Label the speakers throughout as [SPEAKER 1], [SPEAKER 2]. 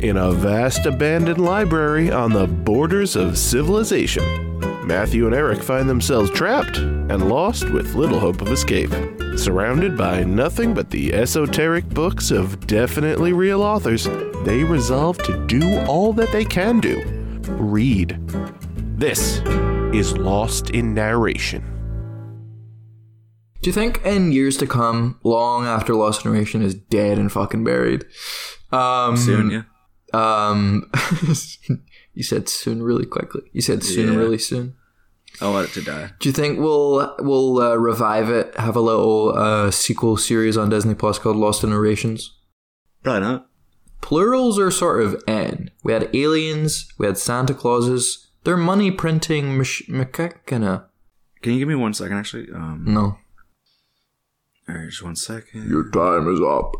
[SPEAKER 1] in a vast abandoned library on the borders of civilization. Matthew and Eric find themselves trapped and lost with little hope of escape, surrounded by nothing but the esoteric books of definitely real authors. They resolve to do all that they can do read. This is Lost in Narration.
[SPEAKER 2] Do you think in years to come, long after Lost Generation is dead and fucking buried, um,
[SPEAKER 3] soon, yeah.
[SPEAKER 2] um, you said soon really quickly. You said soon
[SPEAKER 3] Yeah.
[SPEAKER 2] really soon.
[SPEAKER 3] I want it to die.
[SPEAKER 2] Do you think we'll we'll uh, revive it? Have a little uh, sequel series on Disney Plus called Lost in Narrations.
[SPEAKER 3] Probably not.
[SPEAKER 2] Plurals are sort of n. We had aliens. We had Santa Clauses. They're money printing mach- machina.
[SPEAKER 3] Can you give me one second, actually? Um,
[SPEAKER 2] No,
[SPEAKER 3] all right, just one second.
[SPEAKER 4] Your time is up.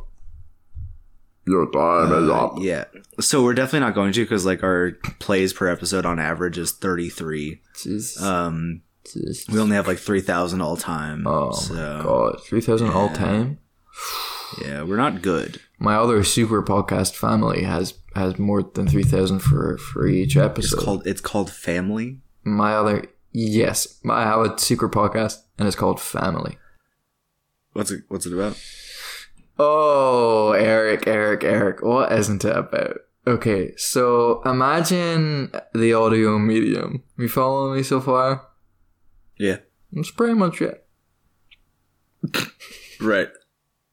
[SPEAKER 4] Your time is
[SPEAKER 3] Uh,
[SPEAKER 4] up.
[SPEAKER 3] yeah. So we're definitely not going to because like our plays per episode on average is 33.
[SPEAKER 2] Jeez.
[SPEAKER 3] Um,
[SPEAKER 2] Jeez.
[SPEAKER 3] we only have like 3,000 all time.
[SPEAKER 2] Oh
[SPEAKER 3] so,
[SPEAKER 2] my god, three thousand all time.
[SPEAKER 3] Yeah, we're not good.
[SPEAKER 2] My other super podcast family has has more than three thousand for for each
[SPEAKER 3] It's
[SPEAKER 2] episode.
[SPEAKER 3] called it's called Family.
[SPEAKER 2] my other yes, my I have a secret podcast and it's called Family.
[SPEAKER 3] What's it What's it about?
[SPEAKER 2] Oh, Eric, Eric, Eric, what isn't it about? Okay, so imagine the audio medium. You following me so far?
[SPEAKER 3] Yeah.
[SPEAKER 2] That's pretty much it.
[SPEAKER 3] Right.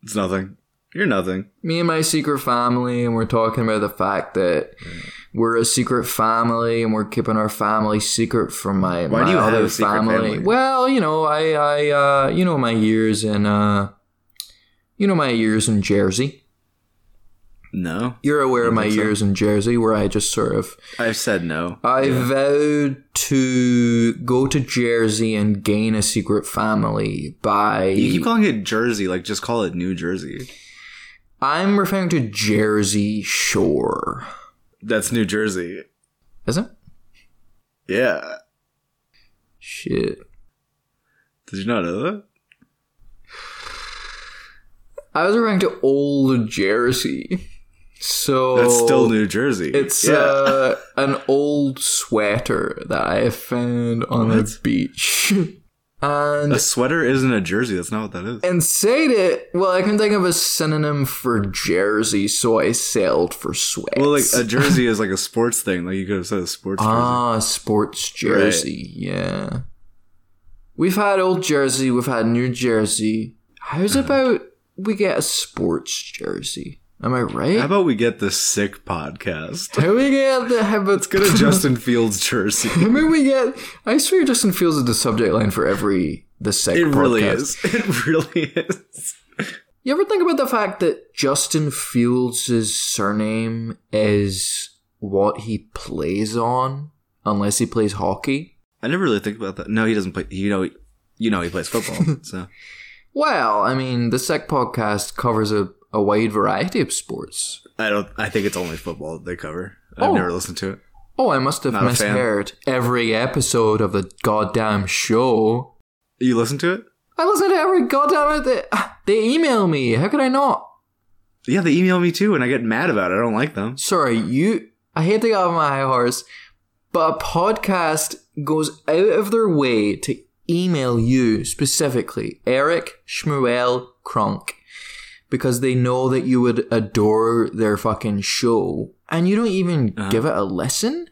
[SPEAKER 3] It's nothing. You're nothing.
[SPEAKER 2] me and my secret family and we're talking about the fact that we're a secret family and we're keeping our family secret from my,
[SPEAKER 3] Why
[SPEAKER 2] my
[SPEAKER 3] do you have
[SPEAKER 2] other
[SPEAKER 3] a secret family?
[SPEAKER 2] Well, you know, I I uh, you know my years in uh you know my years in Jersey.
[SPEAKER 3] No.
[SPEAKER 2] You're aware of
[SPEAKER 3] Don't
[SPEAKER 2] my
[SPEAKER 3] think so.
[SPEAKER 2] years in Jersey where I just sort of
[SPEAKER 3] I've said no.
[SPEAKER 2] I vowed to go to Jersey and gain a secret family by
[SPEAKER 3] You keep calling it Jersey. Like, just call it New Jersey.
[SPEAKER 2] I'm referring to Jersey Shore.
[SPEAKER 3] That's New Jersey.
[SPEAKER 2] Is it?
[SPEAKER 3] Yeah.
[SPEAKER 2] Shit.
[SPEAKER 3] Did you not know that?
[SPEAKER 2] I was referring to Old Jersey. So
[SPEAKER 3] That's still New Jersey.
[SPEAKER 2] It's uh, an old sweater that I found on the
[SPEAKER 3] What?
[SPEAKER 2] beach, and
[SPEAKER 3] a sweater isn't a jersey. That's not what that is.
[SPEAKER 2] and said it. Well, I can think of a synonym for Jersey, so I sailed for sweats.
[SPEAKER 3] Well, like a jersey is like a sports thing. Like you could have said a sports jersey.
[SPEAKER 2] ah sports Jersey, yeah. We've had old Jersey, we've had New Jersey. How's
[SPEAKER 3] Uh-huh.
[SPEAKER 2] about we get a sports Jersey? Am I right?
[SPEAKER 3] How about we get the sick podcast?
[SPEAKER 2] How we get the how about
[SPEAKER 3] Get a Justin Fields jersey.
[SPEAKER 2] I mean, we get. I swear, Justin Fields is the subject line for every the sick.
[SPEAKER 3] It really
[SPEAKER 2] podcast.
[SPEAKER 3] is. It really is.
[SPEAKER 2] You ever think about the fact that Justin Fields' surname is what he plays on, unless he plays hockey?
[SPEAKER 3] I never really think about that. No, he doesn't play. You know, you know, he plays football. So
[SPEAKER 2] Well, I mean, the sick podcast covers a, a wide variety of sports.
[SPEAKER 3] I don't. I think it's only football that they cover. I've
[SPEAKER 2] Oh.
[SPEAKER 3] never listened to it.
[SPEAKER 2] Oh, I must have
[SPEAKER 3] Not a fan.
[SPEAKER 2] misheard every episode of the goddamn show.
[SPEAKER 3] You listen to it?
[SPEAKER 2] I listen to every goddamn. They, they email me. How could I not?
[SPEAKER 3] Yeah, they email me too, and I get mad about it. I don't like them.
[SPEAKER 2] sorry, you. I hate to get off my high horse, but a podcast goes out of their way to email you specifically, Eric Schmuel Kronk, because they know that you would adore their fucking show, and you don't even
[SPEAKER 3] Uh-huh.
[SPEAKER 2] give it a listen.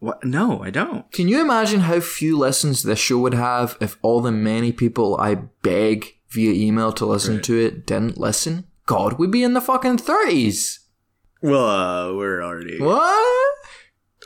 [SPEAKER 3] What? No, I don't.
[SPEAKER 2] Can you imagine how few listens this show would have if all the many people I beg via email to listen
[SPEAKER 3] Right.
[SPEAKER 2] to it didn't listen? God, we'd be in the fucking thirties.
[SPEAKER 3] Well, uh, we're already.
[SPEAKER 2] What?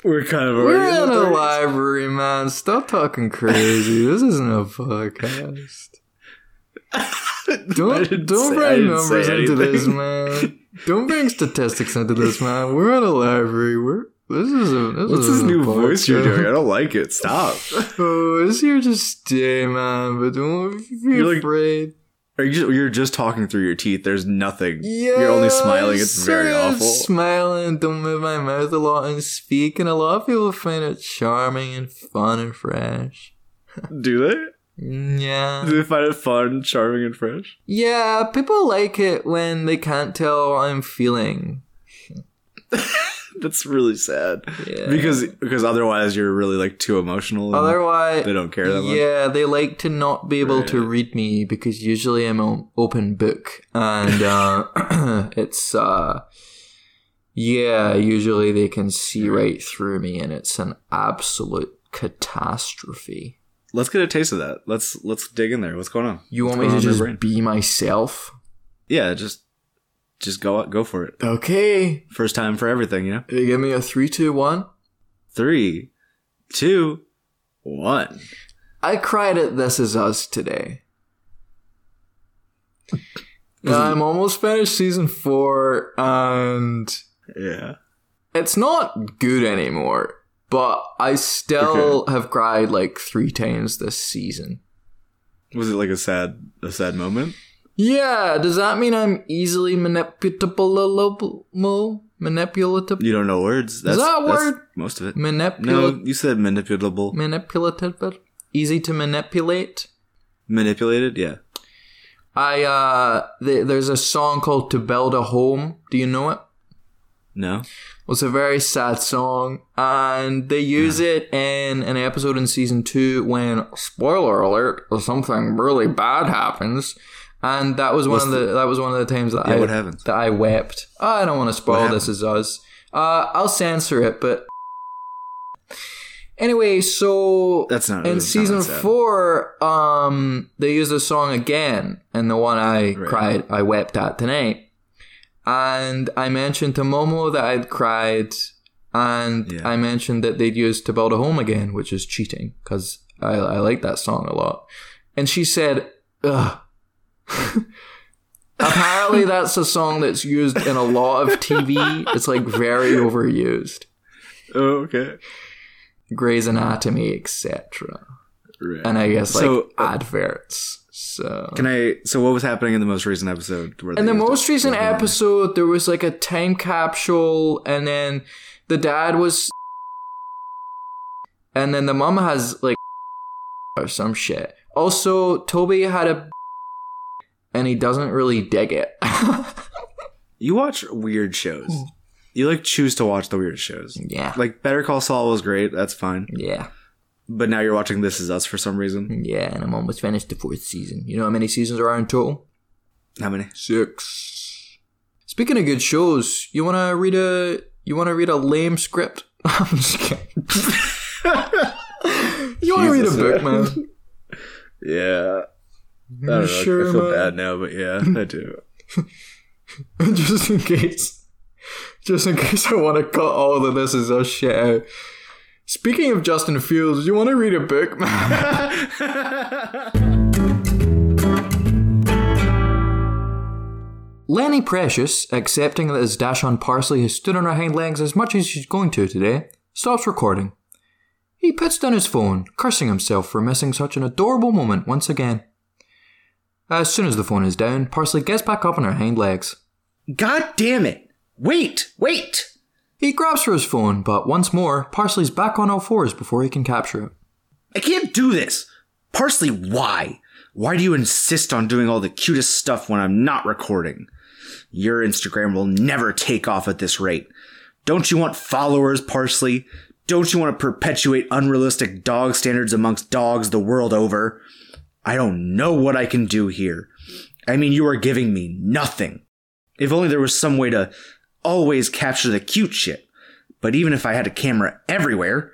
[SPEAKER 3] We're kind of already.
[SPEAKER 2] We're in
[SPEAKER 3] the
[SPEAKER 2] a
[SPEAKER 3] 30s.
[SPEAKER 2] library, man. Stop talking crazy. this isn't a podcast.
[SPEAKER 3] I
[SPEAKER 2] Don't
[SPEAKER 3] didn't
[SPEAKER 2] don't
[SPEAKER 3] say- I
[SPEAKER 2] bring
[SPEAKER 3] didn't say
[SPEAKER 2] numbers into this,
[SPEAKER 3] anything.
[SPEAKER 2] man. Don't bring statistics into this, man. We're in a library. We're this is a this
[SPEAKER 3] What's
[SPEAKER 2] is
[SPEAKER 3] this new voice you're doing? I
[SPEAKER 2] podcast.
[SPEAKER 3] don't like it. Stop.
[SPEAKER 2] Oh, it's here to stay, man. But don't be
[SPEAKER 3] You're like-
[SPEAKER 2] afraid.
[SPEAKER 3] Are you just, you're just talking through your teeth. There's nothing. you're only smiling. It's very
[SPEAKER 2] sure I'm
[SPEAKER 3] awful.
[SPEAKER 2] Smiling, don't move my mouth a lot and speak, and a lot of people find it charming and fun and fresh.
[SPEAKER 3] Do they?
[SPEAKER 2] Yeah.
[SPEAKER 3] Do they find it fun, charming, and fresh?
[SPEAKER 2] Yeah, people like it when they can't tell what I'm feeling.
[SPEAKER 3] That's really sad.
[SPEAKER 2] Yeah.
[SPEAKER 3] Because because otherwise you're really like too emotional. and
[SPEAKER 2] Otherwise,
[SPEAKER 3] Mm. they don't care that much.
[SPEAKER 2] Yeah, they like to not be able to
[SPEAKER 3] Right.
[SPEAKER 2] read me because usually I'm an open book, and uh, it's uh, yeah. Usually they can see right through me, and it's an absolute catastrophe.
[SPEAKER 3] Let's get a taste of that. Let's let's dig in there. What's going on?
[SPEAKER 2] You
[SPEAKER 3] What's
[SPEAKER 2] want me to
[SPEAKER 3] going on in
[SPEAKER 2] just
[SPEAKER 3] your brain?
[SPEAKER 2] be myself?
[SPEAKER 3] Yeah, just just go go for it.
[SPEAKER 2] Okay,
[SPEAKER 3] First time for everything, you know?
[SPEAKER 2] They give me a three, two, one.
[SPEAKER 3] Three, two, one.
[SPEAKER 2] I cried at This Is Us today.
[SPEAKER 3] Um,
[SPEAKER 2] I'm Um, almost finished season four, and
[SPEAKER 3] Yeah.
[SPEAKER 2] it's not good anymore, but I still have cried like three times this season.
[SPEAKER 3] Was it like a sad a sad moment?
[SPEAKER 2] Yeah, does that mean I'm easily manipulable? Manipulative?
[SPEAKER 3] You don't know words. That's,
[SPEAKER 2] that a
[SPEAKER 3] that's
[SPEAKER 2] word?
[SPEAKER 3] most of it. No,
[SPEAKER 2] Manipulative?
[SPEAKER 3] you said manipulable.
[SPEAKER 2] Manipulative? Easy to manipulate?
[SPEAKER 3] Manipulated, yeah.
[SPEAKER 2] I, uh, th- there's a song called To Build a Home. Do you know it?
[SPEAKER 3] No?
[SPEAKER 2] It's a very sad song, and they use it in an episode in season two when spoiler alert something really bad happens, and that was one of the, that was one of the times that
[SPEAKER 3] Yeah,
[SPEAKER 2] I
[SPEAKER 3] what happens?
[SPEAKER 2] that I wept. Oh, I don't want to spoil. This is us. Uh, I'll censor it, but anyway. So
[SPEAKER 3] That's not
[SPEAKER 2] in
[SPEAKER 3] really-
[SPEAKER 2] season
[SPEAKER 3] not that sad.
[SPEAKER 2] four. Um, they use the song again, and the one I cried, I wept at tonight and I mentioned to Momo that I'd cried, and
[SPEAKER 3] Yeah.
[SPEAKER 2] I mentioned that they'd used "To Build a Home Again," which is cheating because I, I like that song a lot. And she said, "Ugh." Apparently, that's a song that's used in a lot of TV. It's like very overused.
[SPEAKER 3] Oh, okay.
[SPEAKER 2] Grey's Anatomy, etc.,
[SPEAKER 3] Right.
[SPEAKER 2] and I guess like
[SPEAKER 3] So-
[SPEAKER 2] adverts. So
[SPEAKER 3] Can I? So, what was happening in the most recent episode? Where
[SPEAKER 2] In
[SPEAKER 3] they
[SPEAKER 2] the
[SPEAKER 3] used
[SPEAKER 2] most
[SPEAKER 3] it?
[SPEAKER 2] recent
[SPEAKER 3] Yeah.
[SPEAKER 2] episode, there was like a time capsule, and then the dad was, and then the mom has like or some shit. Also, Toby had a, and he doesn't really dig it.
[SPEAKER 3] you watch weird shows. You like choose to watch the weird shows.
[SPEAKER 2] yeah,
[SPEAKER 3] Like Better Call Saul was great. That's fine.
[SPEAKER 2] yeah,
[SPEAKER 3] But now you're watching This Is Us for some reason.
[SPEAKER 2] yeah. And I'm almost finished the fourth season. You know how many seasons there are in total?
[SPEAKER 3] How many?
[SPEAKER 2] Six. Speaking of good shows, you wanna read a you wanna read a lame script? I'm just kidding. you wanna read a
[SPEAKER 3] Jesus,
[SPEAKER 2] book,
[SPEAKER 3] man.
[SPEAKER 2] man?
[SPEAKER 3] Yeah. I
[SPEAKER 2] You
[SPEAKER 3] don't know. I feel
[SPEAKER 2] man?
[SPEAKER 3] bad now, but yeah, I do.
[SPEAKER 2] just in case, just in case I want to cut all the this is us shit out. Speaking of Justin Fields, you want to read a book, man? Lenny Precious, accepting that his dash on Parsley has stood on her hind legs as much as she's going to today, stops recording. He puts down his phone, cursing himself for missing such an adorable moment once again. As soon as the phone is down, Parsley gets back up on her hind legs.
[SPEAKER 3] God damn it. Wait, wait.
[SPEAKER 2] He grabs for his phone, but once more, Parsley's back on all fours before he can capture it.
[SPEAKER 3] I can't do this. Parsley, why? Why do you insist on doing all the cutest stuff when I'm not recording? Your Instagram will never take off at this rate. Don't you want followers, Parsley? Don't you want to perpetuate unrealistic dog standards amongst dogs the world over? I don't know what I can do here. I mean, you are giving me nothing. If only there was some way to always capture the cute shit. But even if I had a camera everywhere,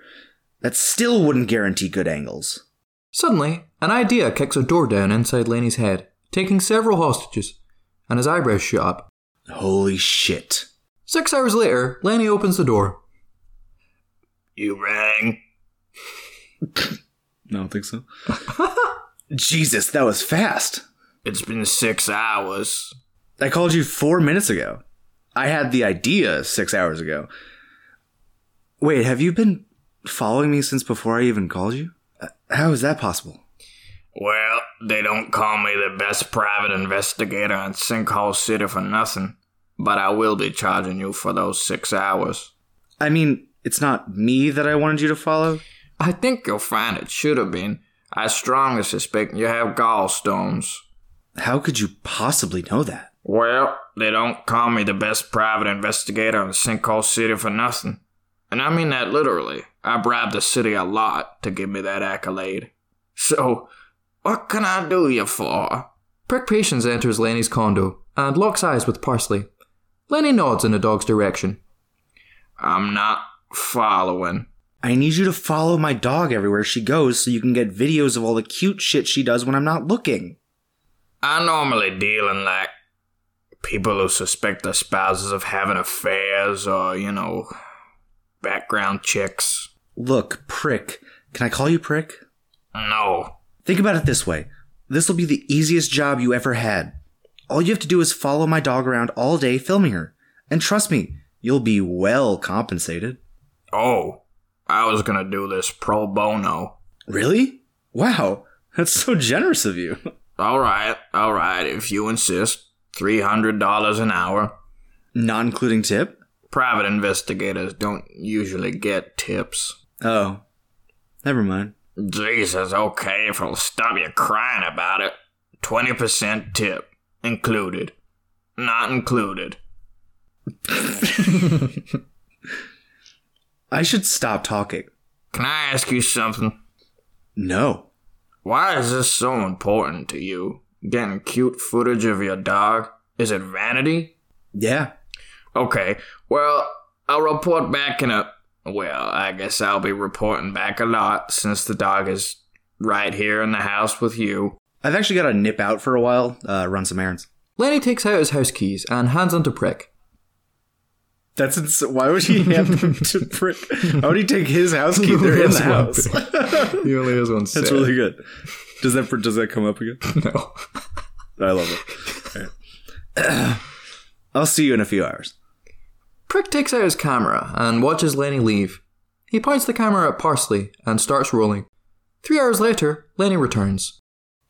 [SPEAKER 3] that still wouldn't guarantee good angles.
[SPEAKER 2] Suddenly, an idea kicks a door down inside Laney's head, taking several hostages, and his eyebrows shoot up.
[SPEAKER 3] Holy shit.
[SPEAKER 2] Six hours later, Laney opens the door. You rang.
[SPEAKER 3] I don't think so. Jesus, that was fast.
[SPEAKER 2] It's been six hours.
[SPEAKER 3] I called you four minutes ago. I had the idea six hours ago. Wait, have you been following me since before I even called you? Uh, How is that possible?
[SPEAKER 5] Well, they don't call me the best private investigator in Sinkhole City for nothing, but I will be charging you for those six hours.
[SPEAKER 3] I mean, it's not me that I wanted you to follow.
[SPEAKER 5] I think you'll find it should have been. I strongly suspect you have gallstones.
[SPEAKER 3] How could you possibly know that?
[SPEAKER 2] Well, they don't call me the best private investigator in Sinkhole City for nothing. And I mean that literally. I bribed the city a lot to give me that accolade. So, what can I do you for?
[SPEAKER 6] Prick Patience enters Lenny's condo and locks eyes with Parsley. Lenny nods in the dog's direction.
[SPEAKER 2] I'm not following.
[SPEAKER 3] I need you to follow my dog everywhere she goes so you can get videos of all the cute shit she does when I'm not looking.
[SPEAKER 2] I normally deal in like people who suspect their spouses of having affairs or, you know, background checks.
[SPEAKER 3] Look, prick. Can I call you prick?
[SPEAKER 2] No.
[SPEAKER 3] Think about it this way this will be the easiest job you ever had. All you have to do is follow my dog around all day filming her. And trust me, you'll be well compensated.
[SPEAKER 2] Oh, I was gonna do this pro bono.
[SPEAKER 3] Really? Wow, that's so generous of you.
[SPEAKER 2] Alright, alright, if you insist. $300 an hour.
[SPEAKER 3] Not including tip?
[SPEAKER 2] Private investigators don't usually get tips.
[SPEAKER 3] Oh, never mind.
[SPEAKER 2] Jesus, okay, if it'll stop you crying about it. 20% tip. Included. Not included.
[SPEAKER 3] I should stop talking.
[SPEAKER 2] Can I ask you something?
[SPEAKER 3] No.
[SPEAKER 2] Why is this so important to you? Getting cute footage of your dog? Is it vanity?
[SPEAKER 3] Yeah.
[SPEAKER 2] Okay, well, I'll report back in a. Well, I guess I'll be reporting back a lot since the dog is right here in the house with you.
[SPEAKER 3] I've actually got to nip out for a while, uh, run some errands.
[SPEAKER 6] Lenny takes out his house keys and hands them to Prick.
[SPEAKER 3] That's ins- why would he have them to prick? How would he take his housekeeper They're in the house?
[SPEAKER 6] He only has one
[SPEAKER 3] That's really good. Does that does that come up again?
[SPEAKER 6] No.
[SPEAKER 3] I love it. All right. I'll see you in a few hours.
[SPEAKER 6] Prick takes out his camera and watches Lenny leave. He points the camera at Parsley and starts rolling. Three hours later, Lenny returns.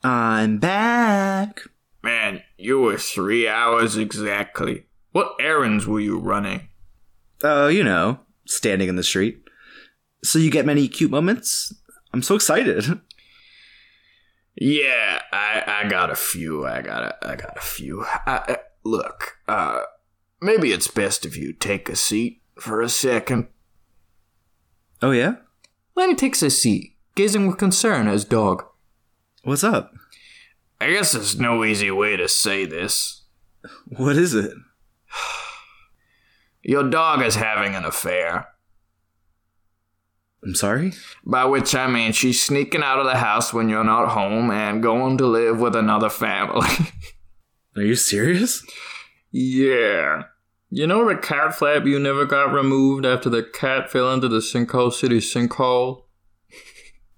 [SPEAKER 3] I'm back.
[SPEAKER 2] Man, you were three hours exactly. What errands were you running?
[SPEAKER 3] Oh, you know, standing in the street. So you get many cute moments. I'm so excited.
[SPEAKER 2] Yeah, I, I got a few. I got a, I got a few. I, I, look, uh, maybe it's best if you take a seat for a second.
[SPEAKER 3] Oh yeah,
[SPEAKER 6] Lenny takes his seat, gazing with concern at his dog.
[SPEAKER 3] what's up?
[SPEAKER 2] I guess there's no easy way to say this.
[SPEAKER 3] What is it?
[SPEAKER 2] Your dog is having an affair.
[SPEAKER 3] I'm sorry.
[SPEAKER 2] By which I mean she's sneaking out of the house when you're not home and going to live with another family.
[SPEAKER 3] Are you serious?
[SPEAKER 2] yeah.
[SPEAKER 6] You know the cat flap you never got removed after the cat fell into the sinkhole city sinkhole?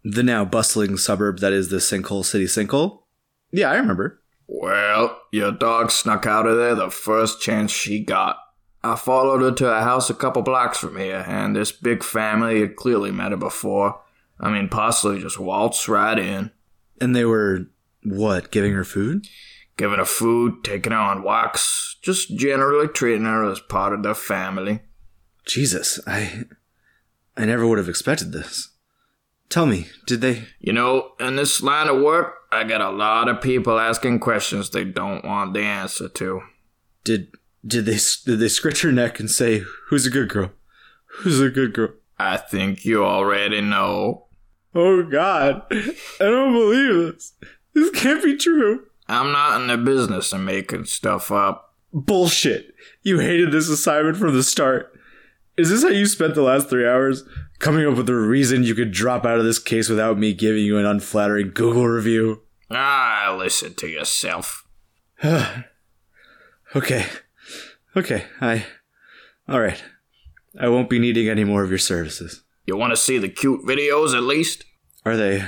[SPEAKER 3] The now bustling suburb that is the sinkhole city sinkhole. Yeah, I remember.
[SPEAKER 2] Well, your dog snuck out of there the first chance she got. I followed her to a house a couple blocks from here, and this big family had clearly met her before. I mean, possibly just waltzed right in,
[SPEAKER 3] And they were what? Giving her food?
[SPEAKER 2] giving her food, taking her on walks, just generally treating her as part of the family.
[SPEAKER 3] Jesus, I I never would have expected this. Tell me, did they
[SPEAKER 2] You know, in this line of work, I get a lot of people asking questions they don't want the answer to.
[SPEAKER 3] did did they did they scratch her neck and say who's a good girl? Who's a good girl?
[SPEAKER 2] I think you already know.
[SPEAKER 3] Oh God, I don't believe this. This can't be true.
[SPEAKER 2] I'm not in the business of making stuff up.
[SPEAKER 3] Bullshit. You hated this assignment from the start. Is this how you spent the last three hours? Coming up with a reason you could drop out of this case without me giving you an unflattering Google review?
[SPEAKER 2] Ah, listen to yourself.
[SPEAKER 3] Okay. Okay, I. Alright. I won't be needing any more of your services.
[SPEAKER 2] You want to see the cute videos at least?
[SPEAKER 3] Are they.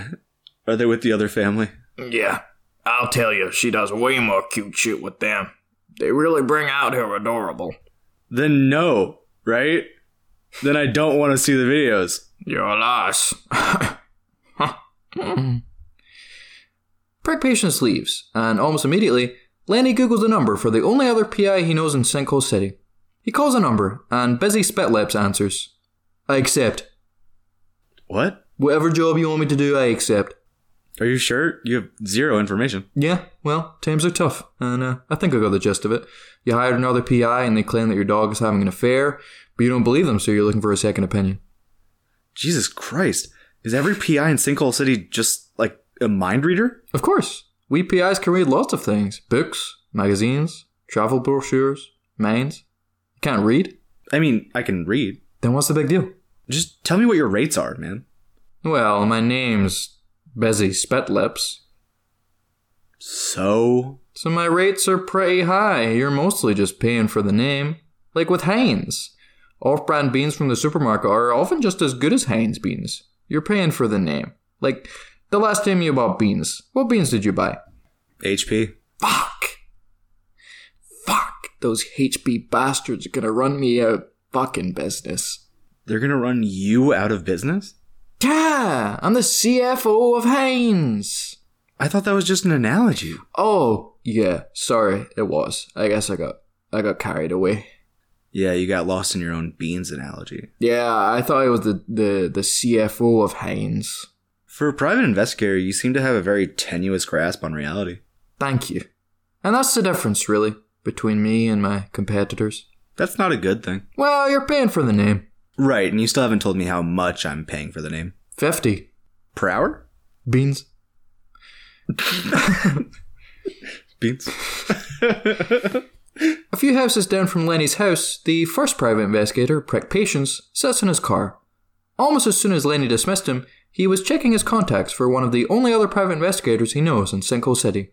[SPEAKER 3] Are they with the other family?
[SPEAKER 2] Yeah. I'll tell you, she does way more cute shit with them. They really bring out her adorable.
[SPEAKER 3] Then no, right? Then I don't want to see the videos.
[SPEAKER 2] You're a loss.
[SPEAKER 6] Prick Patience leaves, and almost immediately, Lenny Googles a number for the only other PI he knows in Sinkhole City. He calls a number, and busy Spitlips answers. I accept.
[SPEAKER 3] What?
[SPEAKER 6] Whatever job you want me to do, I accept.
[SPEAKER 3] Are you sure? You have zero information.
[SPEAKER 2] Yeah, well, times are tough, and uh, I think I got the gist of it. You hired another PI, and they claim that your dog is having an affair, but you don't believe them, so you're looking for a second opinion.
[SPEAKER 3] Jesus Christ. Is every PI in Sinkhole City just like a mind reader?
[SPEAKER 2] Of course, we PIs can read lots of things books, magazines, travel brochures, mains. You can't read?
[SPEAKER 3] I mean, I can read.
[SPEAKER 2] Then what's the big deal?
[SPEAKER 3] Just tell me what your rates are, man.
[SPEAKER 2] Well, my name's Bezzy Spetlips,
[SPEAKER 3] So
[SPEAKER 2] so my rates are pretty high. You're mostly just paying for the name. Like with Heinz. Off brand beans from the supermarket are often just as good as Heinz beans. You're paying for the name. Like, the last time you bought beans, what beans did you buy?
[SPEAKER 3] HP.
[SPEAKER 2] Fuck! Fuck! Those HB bastards are gonna run me out of fucking business.
[SPEAKER 3] They're gonna run you out of business?
[SPEAKER 2] Yeah! I'm the CFO of Heinz!
[SPEAKER 3] I thought that was just an analogy.
[SPEAKER 2] Oh, yeah, sorry, it was. I guess I got I got carried away.
[SPEAKER 3] Yeah, you got lost in your own beans analogy.
[SPEAKER 2] Yeah, I thought it was the, the, the CFO of Heinz.
[SPEAKER 3] For a private investigator, you seem to have a very tenuous grasp on reality.
[SPEAKER 2] Thank you. And that's the difference, really, between me and my competitors.
[SPEAKER 3] That's not a good thing.
[SPEAKER 2] Well, you're paying for the name.
[SPEAKER 3] Right, and you still haven't told me how much I'm paying for the name.
[SPEAKER 2] 50.
[SPEAKER 3] Per hour?
[SPEAKER 2] Beans.
[SPEAKER 3] Beans.
[SPEAKER 2] A few houses down from Lenny's house, the first private investigator, Prick Patience, sits in his car. Almost as soon as Lenny dismissed him, he was checking his contacts for one of the only other private investigators he knows in Sinkhole City.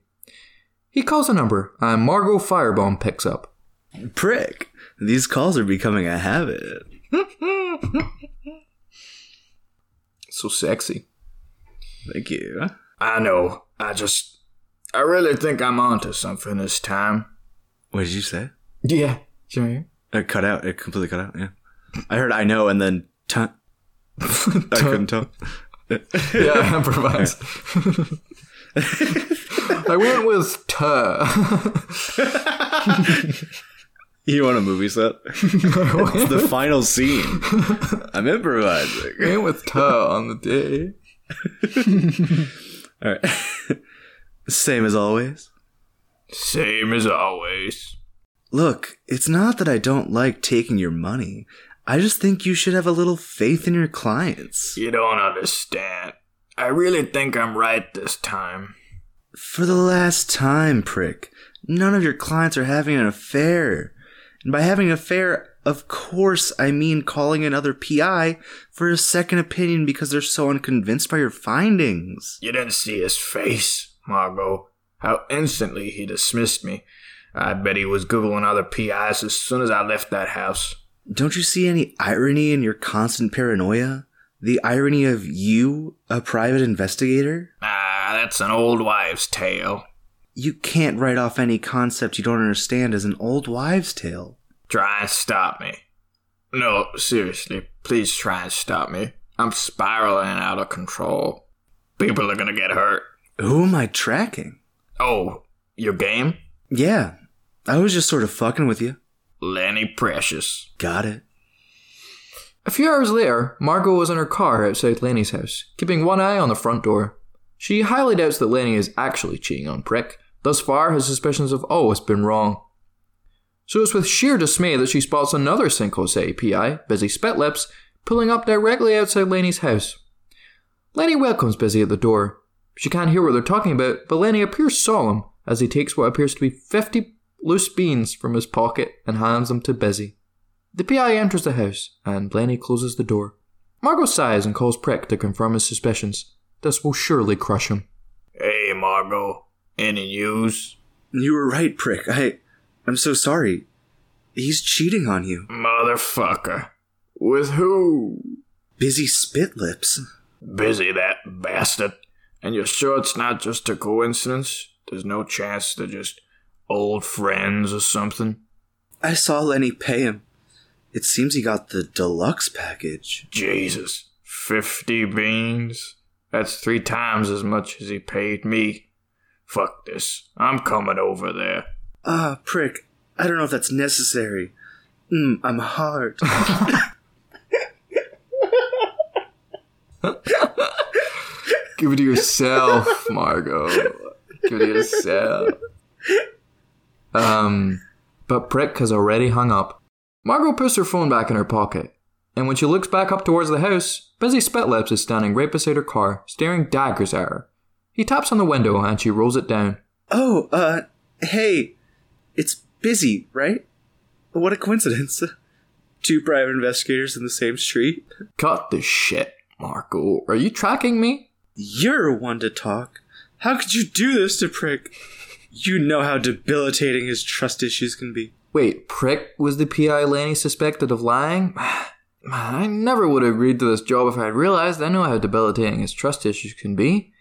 [SPEAKER 2] He calls a number, and Margot Firebomb picks up.
[SPEAKER 3] Prick. These calls are becoming a habit.
[SPEAKER 2] So sexy.
[SPEAKER 3] Thank you.
[SPEAKER 5] I know. I just. I really think I'm onto something this time.
[SPEAKER 3] What did you say?
[SPEAKER 2] Yeah. Sure.
[SPEAKER 3] It cut out. It completely cut out. Yeah. I heard I know and then t- I couldn't tell.
[SPEAKER 2] Yeah, I improvise. I went with tuh.
[SPEAKER 3] You want a movie set? it's the final scene. I'm improvising.
[SPEAKER 2] I went with tuh on the day.
[SPEAKER 3] All right. Same as always.
[SPEAKER 5] Same as always.
[SPEAKER 3] Look, it's not that I don't like taking your money. I just think you should have a little faith in your clients.
[SPEAKER 5] You don't understand. I really think I'm right this time.
[SPEAKER 3] For the last time, prick, none of your clients are having an affair. And by having an affair, of course, I mean calling another PI for a second opinion because they're so unconvinced by your findings.
[SPEAKER 5] You didn't see his face, Margot. How instantly he dismissed me. I bet he was Googling other PIs as soon as I left that house.
[SPEAKER 3] Don't you see any irony in your constant paranoia? The irony of you, a private investigator?
[SPEAKER 5] Ah, that's an old wives' tale.
[SPEAKER 3] You can't write off any concept you don't understand as an old wives' tale.
[SPEAKER 5] Try and stop me. No, seriously, please try and stop me. I'm spiraling out of control. People are gonna get hurt.
[SPEAKER 3] Who am I tracking?
[SPEAKER 5] Oh, your game?
[SPEAKER 3] Yeah, I was just sort of fucking with you.
[SPEAKER 5] Lenny Precious.
[SPEAKER 3] Got it.
[SPEAKER 2] A few hours later, Margot was in her car outside Lenny's house, keeping one eye on the front door. She highly doubts that Lenny is actually cheating on Prick. Thus far, his suspicions have always been wrong. So it's with sheer dismay that she spots another Cinco City PI, Busy Spitlips, pulling up directly outside Lenny's house. Lenny welcomes Busy at the door. She can't hear what they're talking about, but Lenny appears solemn as he takes what appears to be 50 loose beans from his pocket and hands them to Busy. The PI enters the house, and Lenny closes the door. Margot sighs and calls Prick to confirm his suspicions. This will surely crush him.
[SPEAKER 5] Hey, Margot. Any news?
[SPEAKER 3] You were right, prick. I. I'm so sorry. He's cheating on you.
[SPEAKER 5] Motherfucker. With who?
[SPEAKER 3] Busy spit lips.
[SPEAKER 5] Busy that bastard. And you're sure it's not just a coincidence? There's no chance they're just old friends or something?
[SPEAKER 3] I saw Lenny pay him. It seems he got the deluxe package.
[SPEAKER 5] Jesus. Fifty beans? That's three times as much as he paid me. Fuck this. I'm coming over there.
[SPEAKER 3] Ah, prick. I don't know if that's necessary. Mm, I'm hard.
[SPEAKER 2] Give it to yourself, Margot. Give it to yourself. Um, but Prick has already hung up. Margot puts her phone back in her pocket, and when she looks back up towards the house, Busy Spitlips is standing right beside her car, staring daggers at her. He taps on the window and she rolls it down.
[SPEAKER 3] Oh, uh, hey, it's busy, right? What a coincidence. Two private investigators in the same street.
[SPEAKER 2] Cut the shit, Margot. Are you tracking me?
[SPEAKER 3] You're one to talk. How could you do this to Prick? You know how debilitating his trust issues can be.
[SPEAKER 2] Wait, Prick was the PI Lanny suspected of lying? Man, I never would have agreed to this job if I had realized I know how debilitating his trust issues can be.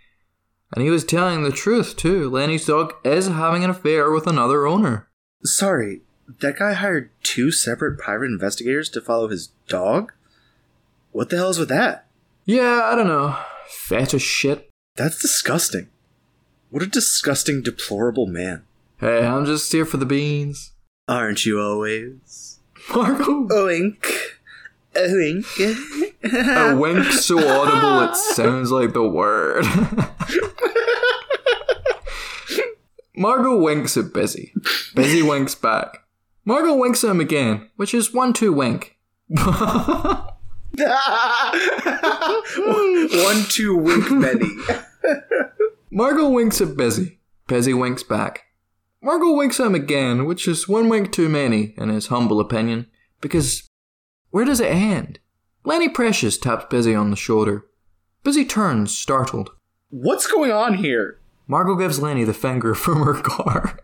[SPEAKER 2] And he was telling the truth, too. Lanny's dog is having an affair with another owner.
[SPEAKER 3] Sorry, that guy hired two separate private investigators to follow his dog? What the hell is with that?
[SPEAKER 2] Yeah, I don't know. Fetish shit.
[SPEAKER 3] That's disgusting. What a disgusting, deplorable man.
[SPEAKER 2] Hey, I'm just here for the beans.
[SPEAKER 3] Aren't you always?
[SPEAKER 2] Marco!
[SPEAKER 3] Oh, ink. Oh, ink.
[SPEAKER 2] A wink so audible it sounds like the word. Margot winks at Busy. Busy winks back. Margot winks at him again, which is one two wink.
[SPEAKER 3] One, two, wink, many.
[SPEAKER 2] Margot winks at Busy. Busy winks back. Margot winks at him again, which is one wink too many, in his humble opinion, because where does it end? Lenny Precious taps Busy on the shoulder. Busy turns, startled.
[SPEAKER 3] What's going on here?
[SPEAKER 2] Margot gives Lenny the finger from her car.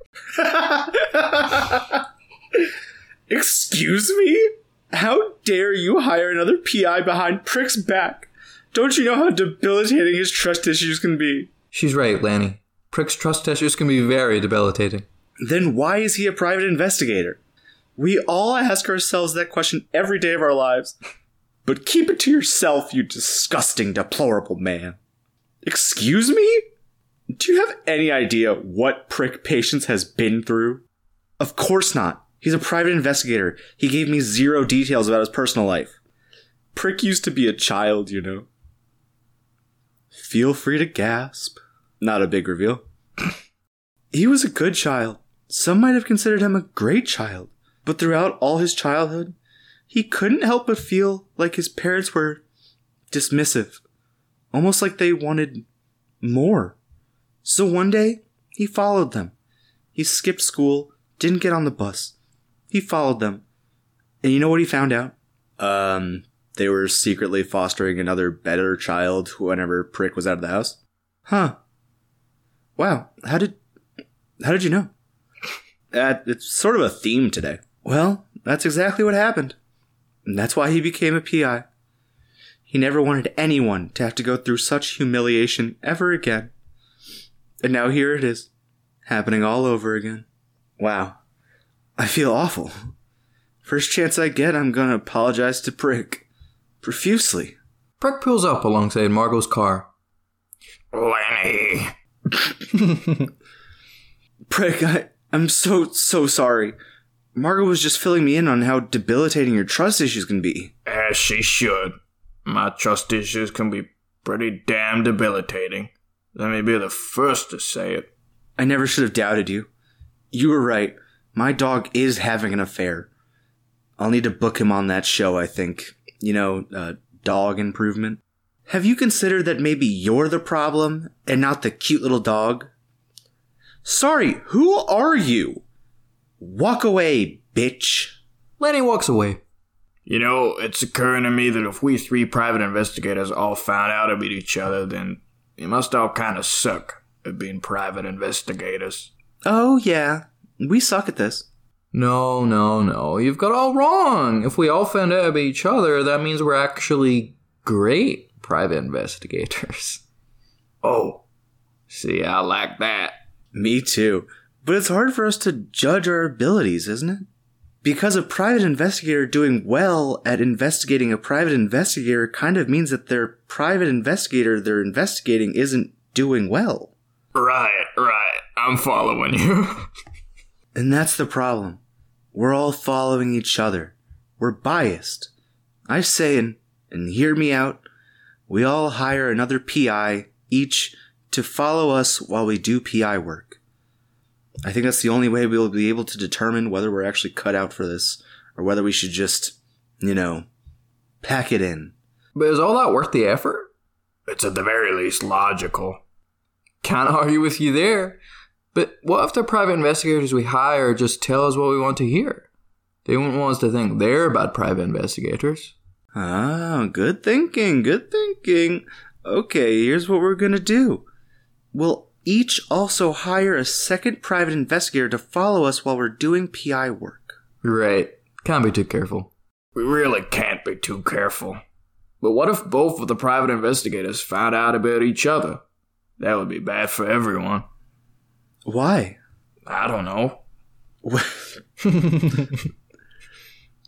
[SPEAKER 3] Excuse me? How dare you hire another PI behind Prick's back? Don't you know how debilitating his trust issues can be?
[SPEAKER 2] She's right, Lanny. Prick's trust issues can be very debilitating.
[SPEAKER 3] Then why is he a private investigator? We all ask ourselves that question every day of our lives. But keep it to yourself, you disgusting, deplorable man. Excuse me? Do you have any idea what Prick Patience has been through? Of course not. He's a private investigator. He gave me zero details about his personal life. Prick used to be a child, you know. Feel free to gasp. Not a big reveal. he was a good child. Some might have considered him a great child. But throughout all his childhood, he couldn't help but feel like his parents were dismissive, almost like they wanted more. So one day, he followed them. He skipped school, didn't get on the bus. He followed them. And you know what he found out? Um, they were secretly fostering another better child whenever Prick was out of the house. Huh. Wow. How did how did you know? Uh, it's sort of a theme today. Well, that's exactly what happened. And that's why he became a PI. He never wanted anyone to have to go through such humiliation ever again. And now here it is, happening all over again. Wow. I feel awful. First chance I get, I'm gonna apologize to Prick. Profusely.
[SPEAKER 2] Prick pulls up alongside Margot's car.
[SPEAKER 5] Lenny.
[SPEAKER 3] Prick, I, I'm so, so sorry. Margot was just filling me in on how debilitating your trust issues can be.
[SPEAKER 5] As she should. My trust issues can be pretty damn debilitating. Let me be the first to say it.
[SPEAKER 3] I never should have doubted you. You were right. My dog is having an affair. I'll need to book him on that show, I think. You know, uh, dog improvement. Have you considered that maybe you're the problem and not the cute little dog? Sorry, who are you? Walk away, bitch.
[SPEAKER 2] Lenny walks away.
[SPEAKER 5] You know, it's occurring to me that if we three private investigators all found out about each other, then we must all kind of suck at being private investigators.
[SPEAKER 3] Oh, yeah. We suck at this.
[SPEAKER 2] No, no, no. You've got all wrong. If we all found out about each other, that means we're actually great private investigators.
[SPEAKER 5] Oh, see, I like that.
[SPEAKER 3] Me too. But it's hard for us to judge our abilities, isn't it? Because a private investigator doing well at investigating a private investigator kind of means that their private investigator they're investigating isn't doing well.
[SPEAKER 5] Right, right. I'm following you.
[SPEAKER 3] And that's the problem. We're all following each other. We're biased. I say, and, and hear me out, we all hire another PI each to follow us while we do PI work. I think that's the only way we'll be able to determine whether we're actually cut out for this or whether we should just, you know, pack it in.
[SPEAKER 2] But is all that worth the effort?
[SPEAKER 5] It's at the very least logical.
[SPEAKER 2] Can't argue with you there. But what if the private investigators we hire just tell us what we want to hear? They won't want us to think they're bad private investigators.
[SPEAKER 3] Ah, good thinking, good thinking. Okay, here's what we're gonna do. We'll each also hire a second private investigator to follow us while we're doing PI work.
[SPEAKER 2] Right. Can't be too careful.
[SPEAKER 5] We really can't be too careful. But what if both of the private investigators found out about each other? That would be bad for everyone.
[SPEAKER 3] Why?
[SPEAKER 5] I don't know.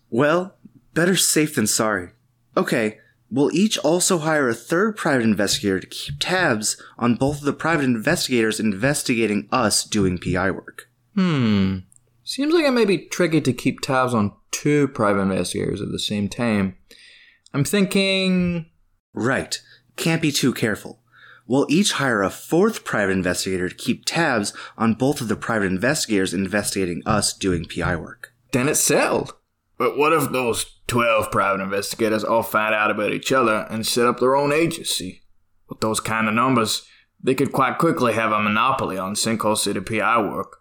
[SPEAKER 3] well, better safe than sorry. Okay, we'll each also hire a third private investigator to keep tabs on both of the private investigators investigating us doing PI work.
[SPEAKER 2] Hmm. Seems like it may be tricky to keep tabs on two private investigators at the same time. I'm thinking.
[SPEAKER 3] Right, can't be too careful. We'll each hire a fourth private investigator to keep tabs on both of the private investigators investigating us doing PI work.
[SPEAKER 2] Then it's settled.
[SPEAKER 5] But what if those 12 private investigators all find out about each other and set up their own agency? With those kind of numbers, they could quite quickly have a monopoly on Sinkhole City PI work.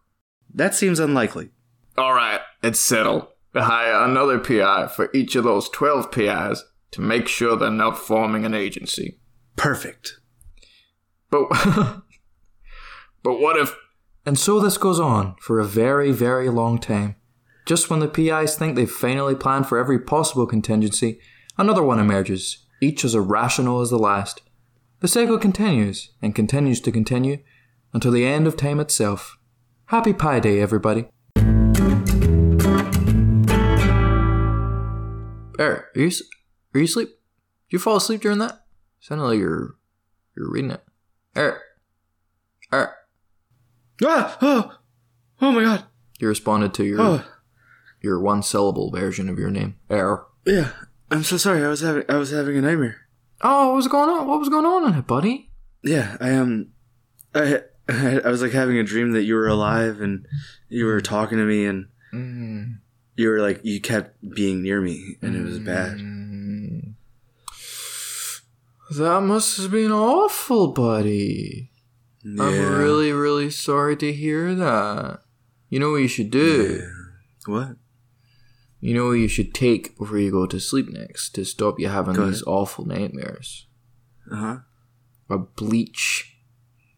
[SPEAKER 3] That seems unlikely.
[SPEAKER 5] Alright, it's settled. We hire another PI for each of those 12 PIs to make sure they're not forming an agency.
[SPEAKER 3] Perfect.
[SPEAKER 5] But, but what if
[SPEAKER 2] And so this goes on for a very, very long time. Just when the PIs think they've finally planned for every possible contingency, another one emerges, each as irrational as the last. The cycle continues and continues to continue until the end of time itself. Happy Pi Day, everybody. Eric, are you, s- are you asleep? Did you fall asleep during that? Sounded like you're you're reading it. Eric, Eric,
[SPEAKER 3] Ah! Oh! Oh my god!
[SPEAKER 2] you responded to your
[SPEAKER 3] Oh!
[SPEAKER 2] your one syllable version of your name. Eric.
[SPEAKER 3] Yeah. I'm so sorry. I was having I was having a nightmare.
[SPEAKER 2] Oh, what was going on? What was going on in it, buddy?
[SPEAKER 3] Yeah, I um, I I I was like having a dream that you were alive and you were talking to me and
[SPEAKER 2] Mm,
[SPEAKER 3] you were like you kept being near me and it was bad.
[SPEAKER 2] mm. That must have been awful, buddy.
[SPEAKER 3] Yeah.
[SPEAKER 2] I'm really, really sorry to hear that. You know what you should do?
[SPEAKER 3] Yeah. What?
[SPEAKER 2] You know what you should take before you go to sleep next to stop you having
[SPEAKER 3] Go
[SPEAKER 2] these awful nightmares?
[SPEAKER 3] Uh huh.
[SPEAKER 2] A bleach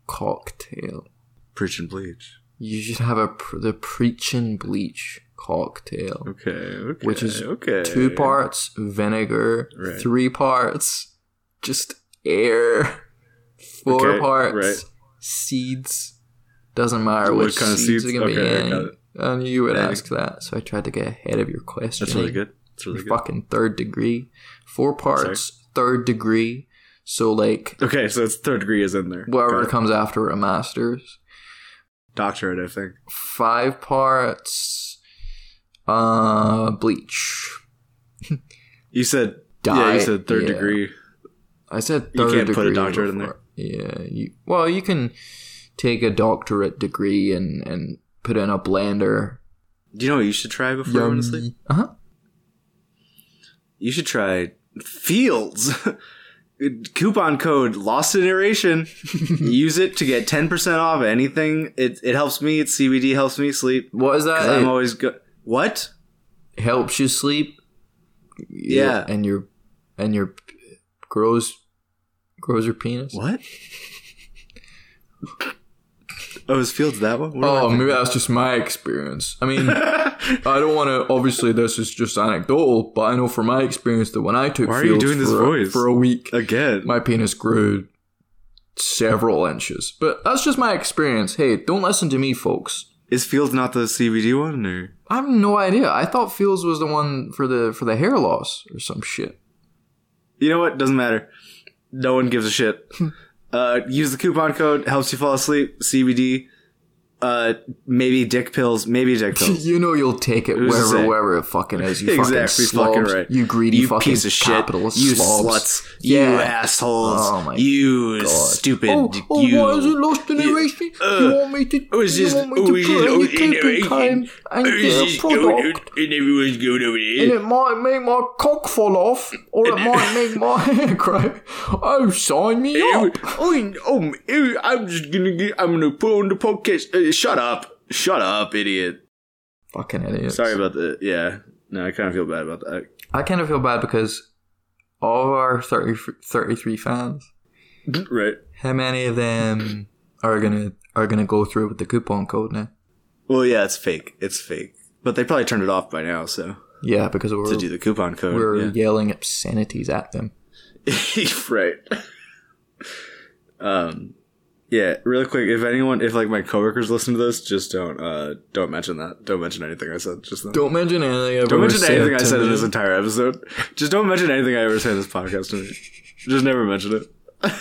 [SPEAKER 2] cocktail.
[SPEAKER 3] Preach and bleach.
[SPEAKER 2] You should have a pr- the preachin' bleach cocktail,
[SPEAKER 3] Okay. Okay.
[SPEAKER 2] which is
[SPEAKER 3] okay.
[SPEAKER 2] two parts vinegar,
[SPEAKER 3] Right.
[SPEAKER 2] three parts just air, four
[SPEAKER 3] Okay,
[SPEAKER 2] parts
[SPEAKER 3] right.
[SPEAKER 2] seeds. Doesn't matter
[SPEAKER 3] So what
[SPEAKER 2] which
[SPEAKER 3] kind of
[SPEAKER 2] seeds,
[SPEAKER 3] seeds?
[SPEAKER 2] are gonna
[SPEAKER 3] Okay, I
[SPEAKER 2] be
[SPEAKER 3] got
[SPEAKER 2] in. I knew you would
[SPEAKER 3] Yeah.
[SPEAKER 2] ask that, so I tried to get ahead of your question.
[SPEAKER 3] That's really good. That's really
[SPEAKER 2] You're
[SPEAKER 3] good.
[SPEAKER 2] Fucking third degree, four parts, third degree. So like
[SPEAKER 3] Okay, so it's third degree is in there.
[SPEAKER 2] whatever
[SPEAKER 3] Got it.
[SPEAKER 2] comes after a master's,
[SPEAKER 3] doctorate, I think.
[SPEAKER 2] five parts, uh, bleach.
[SPEAKER 3] You said yeah.
[SPEAKER 2] Di-
[SPEAKER 3] You said third
[SPEAKER 2] yeah.
[SPEAKER 3] degree.
[SPEAKER 2] I said
[SPEAKER 3] You
[SPEAKER 2] third
[SPEAKER 3] can't put a
[SPEAKER 2] degree
[SPEAKER 3] doctorate in
[SPEAKER 2] before- Yeah, you, well, you can take a doctorate degree and and put in a blender.
[SPEAKER 3] Do you know what you should try before you went to sleep?
[SPEAKER 2] Uh huh.
[SPEAKER 3] You should try Fields. Coupon code Lost in Narration. Use it to get ten percent off anything. It it helps me. It's CBD helps me sleep.
[SPEAKER 2] What is that?
[SPEAKER 3] 'Cause I'm
[SPEAKER 2] It
[SPEAKER 3] always go- what?
[SPEAKER 2] helps you sleep.
[SPEAKER 3] Yeah.
[SPEAKER 2] and your and your p- grows grows your penis.
[SPEAKER 3] What? oh, is Fields that one? What
[SPEAKER 2] Oh,
[SPEAKER 3] am I
[SPEAKER 2] maybe that's just my experience. I mean, I don't want to. Obviously, this is just anecdotal, but I know from my experience that when I took
[SPEAKER 3] Why are you
[SPEAKER 2] Fields
[SPEAKER 3] doing this
[SPEAKER 2] for a-
[SPEAKER 3] voice?
[SPEAKER 2] for a week,
[SPEAKER 3] thinking? again?
[SPEAKER 2] my penis grew several inches. But that's just my experience. Hey, don't listen to me, folks.
[SPEAKER 3] is Fields not the CBD one or?
[SPEAKER 2] I have no idea. I thought Fields was the one for the for the hair loss or some shit.
[SPEAKER 3] You know what? Doesn't matter. Hmm. No one gives a shit. uh, use the coupon code. Helps you fall asleep. CBD. uh, maybe dick pills, maybe dick pills.
[SPEAKER 2] you know you'll take it
[SPEAKER 3] was
[SPEAKER 2] wherever,
[SPEAKER 3] sick.
[SPEAKER 2] wherever it fucking is. You
[SPEAKER 3] exactly,
[SPEAKER 2] fucking
[SPEAKER 3] fucking
[SPEAKER 2] slobs.
[SPEAKER 3] right.
[SPEAKER 2] You greedy
[SPEAKER 3] you
[SPEAKER 2] fucking
[SPEAKER 3] piece of shit,
[SPEAKER 2] capitalist
[SPEAKER 3] you
[SPEAKER 2] slobs.
[SPEAKER 3] sluts, you
[SPEAKER 2] Yeah.
[SPEAKER 3] assholes,
[SPEAKER 2] Oh my
[SPEAKER 3] you
[SPEAKER 2] God.
[SPEAKER 3] stupid,
[SPEAKER 2] Oh, oh
[SPEAKER 3] you. uh,
[SPEAKER 2] why is it lost generation? you want me to?
[SPEAKER 3] It was
[SPEAKER 2] you
[SPEAKER 3] just,
[SPEAKER 2] want me to
[SPEAKER 3] it was just,
[SPEAKER 2] put any
[SPEAKER 3] oh,
[SPEAKER 2] tape in
[SPEAKER 3] and-
[SPEAKER 2] time and
[SPEAKER 3] it was
[SPEAKER 2] get a
[SPEAKER 3] just
[SPEAKER 2] product?
[SPEAKER 3] going- and everyone's going over
[SPEAKER 2] and
[SPEAKER 3] there.
[SPEAKER 2] it might make my cock fall off, or it might make my hair grow. Oh, sign me
[SPEAKER 3] Ew,
[SPEAKER 2] up!
[SPEAKER 3] Oh, oh, ew, I'm just gonna get, I'm gonna put on the podcast. Uh, shut up. Shut up, idiot.
[SPEAKER 2] Fucking idiot.
[SPEAKER 3] Sorry about that. Yeah. No, I kind of feel bad about that.
[SPEAKER 2] I kind of feel bad because all of our 30, 33 fans, Mm-hmm.
[SPEAKER 3] Right.
[SPEAKER 2] how many of them are gonna are gonna go through with the coupon code now?
[SPEAKER 3] Well, yeah, it's fake. It's fake. But they probably turned it off by now, so
[SPEAKER 2] Yeah, because we're
[SPEAKER 3] to do the coupon code.
[SPEAKER 2] we're
[SPEAKER 3] yeah.
[SPEAKER 2] yelling obscenities at them.
[SPEAKER 3] right. um, yeah. Real quick, if anyone, if like my coworkers listen to this, just don't, uh, don't mention that. Don't mention anything I said. Just then.
[SPEAKER 2] Don't mention anything. I've
[SPEAKER 3] Don't
[SPEAKER 2] ever
[SPEAKER 3] mention anything I
[SPEAKER 2] to
[SPEAKER 3] said in
[SPEAKER 2] me.
[SPEAKER 3] this entire episode. Just don't mention anything I ever say in this podcast to me. Just never mention it.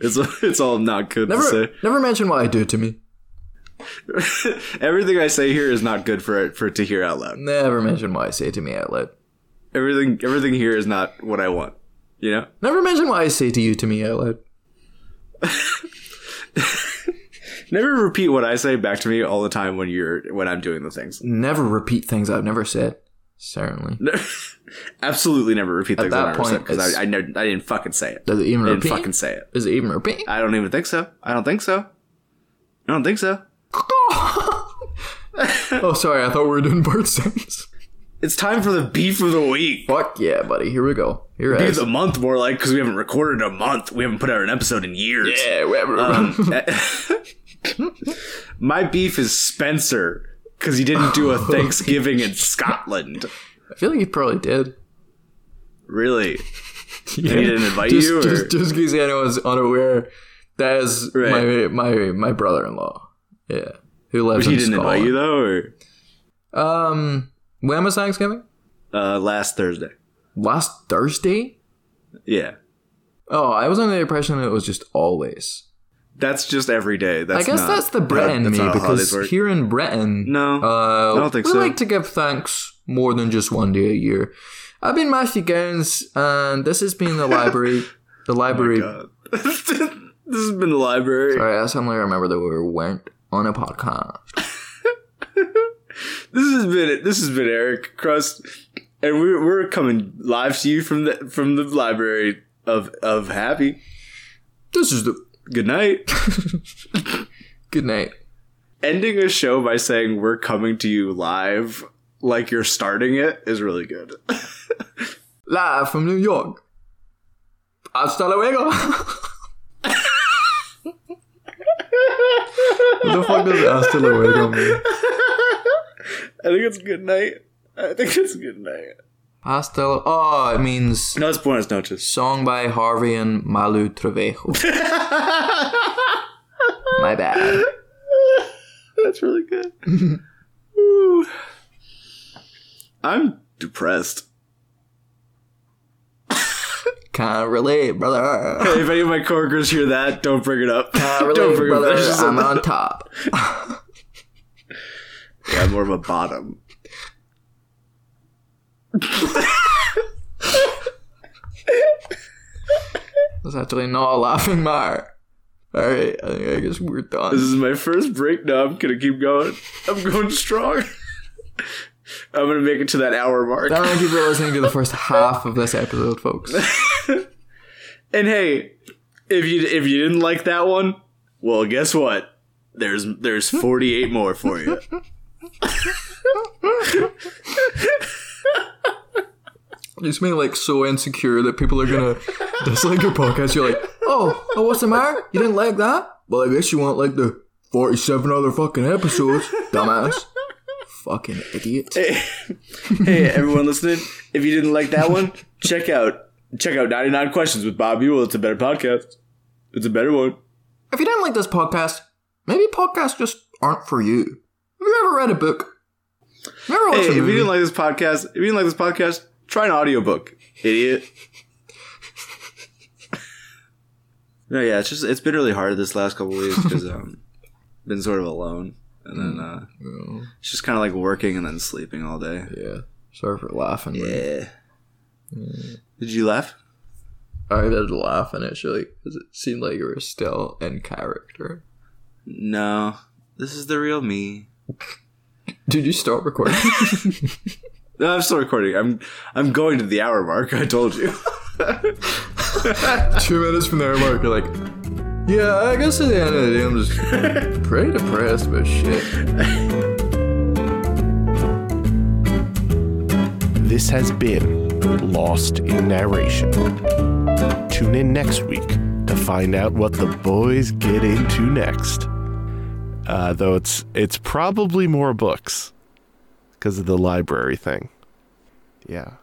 [SPEAKER 3] it's it's all not good
[SPEAKER 2] Never,
[SPEAKER 3] to
[SPEAKER 2] never mention what I do to me.
[SPEAKER 3] say. Everything I say here is not good for it for it to hear out loud.
[SPEAKER 2] Never mention what I say to me out loud.
[SPEAKER 3] Everything everything here is not what I want. You know?
[SPEAKER 2] Never mention what I say to you to me out loud.
[SPEAKER 3] Never repeat what I say back to me all the time when you're when I'm doing the things.
[SPEAKER 2] Never repeat things I've never said. Certainly.
[SPEAKER 3] Absolutely never repeat things
[SPEAKER 2] that
[SPEAKER 3] I never said
[SPEAKER 2] point,
[SPEAKER 3] because
[SPEAKER 2] it's-
[SPEAKER 3] I I, never, I didn't fucking say it.
[SPEAKER 2] Does it even
[SPEAKER 3] I didn't
[SPEAKER 2] repeat?
[SPEAKER 3] fucking say it.
[SPEAKER 2] Does it even repeat?
[SPEAKER 3] I don't even think so. I don't think so. I don't think so.
[SPEAKER 2] oh, sorry. I thought we were doing bird sounds.
[SPEAKER 3] It's time for the beef of the week.
[SPEAKER 2] Fuck yeah, buddy. Here we go. Here it
[SPEAKER 3] Maybe
[SPEAKER 2] is.
[SPEAKER 3] the month more like because we haven't recorded in a month. We haven't put out an episode in years.
[SPEAKER 2] Yeah, whatever.
[SPEAKER 3] Uh, Um, My beef is Spencer because he didn't
[SPEAKER 2] Oh,
[SPEAKER 3] do a Thanksgiving in Scotland.
[SPEAKER 2] I feel like he probably did.
[SPEAKER 3] Really?
[SPEAKER 2] Yeah.
[SPEAKER 3] He didn't invite
[SPEAKER 2] just,
[SPEAKER 3] you, or-
[SPEAKER 2] Just, just in case anyone's unaware, that is
[SPEAKER 3] Right.
[SPEAKER 2] my my my brother-in-law. Yeah, who lives
[SPEAKER 3] He
[SPEAKER 2] in
[SPEAKER 3] didn't
[SPEAKER 2] Scotland.
[SPEAKER 3] invite you though, or
[SPEAKER 2] Um, when was Thanksgiving?
[SPEAKER 3] uh, last Thursday?
[SPEAKER 2] Last Thursday.
[SPEAKER 3] Yeah,
[SPEAKER 2] Oh, I was under the impression that it was just always.
[SPEAKER 3] that's just every day. That's
[SPEAKER 2] I guess
[SPEAKER 3] not-
[SPEAKER 2] that's the Brit in
[SPEAKER 3] that's
[SPEAKER 2] me
[SPEAKER 3] not how holidays
[SPEAKER 2] because
[SPEAKER 3] work.
[SPEAKER 2] here in Britain,
[SPEAKER 3] No,
[SPEAKER 2] uh,
[SPEAKER 3] I don't think
[SPEAKER 2] we
[SPEAKER 3] so.
[SPEAKER 2] like to give thanks more than just one day a year. I've been Matthew Gowns, and this has been the library. the library.
[SPEAKER 3] God. this has been the library.
[SPEAKER 2] All right, I suddenly remember that we went on a podcast.
[SPEAKER 3] This has been this has been Eric Crust, and we're we're coming live to you from the from the library of of Happy.
[SPEAKER 2] This is the
[SPEAKER 3] Good night.
[SPEAKER 2] good night.
[SPEAKER 3] ending a show by saying we're coming to you live like you're starting it is really good.
[SPEAKER 2] Live from New York. Hasta luego. what the fuck does hasta luego mean?
[SPEAKER 3] I think it's good night. I think it's good night.
[SPEAKER 2] Hasta lu- oh, it means
[SPEAKER 3] No, it's Buenos noches.
[SPEAKER 2] song by Harvey and Malu Trevejo. My bad.
[SPEAKER 3] That's really good. Ooh. I'm depressed.
[SPEAKER 2] Can't relate, brother.
[SPEAKER 3] If any of my coworkers hear that, don't bring it up.
[SPEAKER 2] Can't
[SPEAKER 3] don't
[SPEAKER 2] relate,
[SPEAKER 3] bring
[SPEAKER 2] brother.
[SPEAKER 3] it up. It's just
[SPEAKER 2] I'm
[SPEAKER 3] a-
[SPEAKER 2] on top.
[SPEAKER 3] Yeah, I'm more of a bottom.
[SPEAKER 2] That's actually not a laughing matter. All right, I think I guess we're done.
[SPEAKER 3] This is my first break. Now I'm gonna keep going. I'm going strong. I'm gonna make it to that hour mark.
[SPEAKER 2] Thank you for listening to the first half of this episode, folks.
[SPEAKER 3] And hey, if you if you didn't like that one, well, guess what? There's there's 48 more for you.
[SPEAKER 2] You just made like so insecure that people are gonna dislike your podcast. You're like, oh, oh, what's the matter? You didn't like that? Well, I guess you want like the 47 other fucking episodes, dumbass. fucking idiot.
[SPEAKER 3] hey, everyone listening, if you didn't like that one, check out check out 99 Questions with Bob Ewell. It's a better podcast. It's a better one.
[SPEAKER 2] If you didn't like this podcast, maybe podcasts just aren't for you. Have you ever read a book? You Ever watched
[SPEAKER 3] Hey,
[SPEAKER 2] a
[SPEAKER 3] if you
[SPEAKER 2] movie?
[SPEAKER 3] didn't like this podcast, if you didn't like this podcast, try an audiobook, idiot. no, yeah, it's just it's been really hard this last couple of weeks because um, been sort of alone, and then uh,
[SPEAKER 2] Oh,
[SPEAKER 3] it's just kind of like working and then sleeping all day.
[SPEAKER 2] yeah. Sorry for laughing. man.
[SPEAKER 3] Yeah. Did you laugh?
[SPEAKER 2] I did laugh initially because it seemed like you were still in character.
[SPEAKER 3] No. This is the real me.
[SPEAKER 2] Did you stop recording?
[SPEAKER 3] No, I'm still recording. I'm I'm going to the hour mark. I told you.
[SPEAKER 2] Two minutes from there, Mark, you're like, yeah, I guess at the end of the day, I'm just pretty depressed about shit.
[SPEAKER 1] This has been Lost in Narration. Tune in next week to find out what the boys get into next. Uh, though it's it's probably more books because of the library thing. Yeah.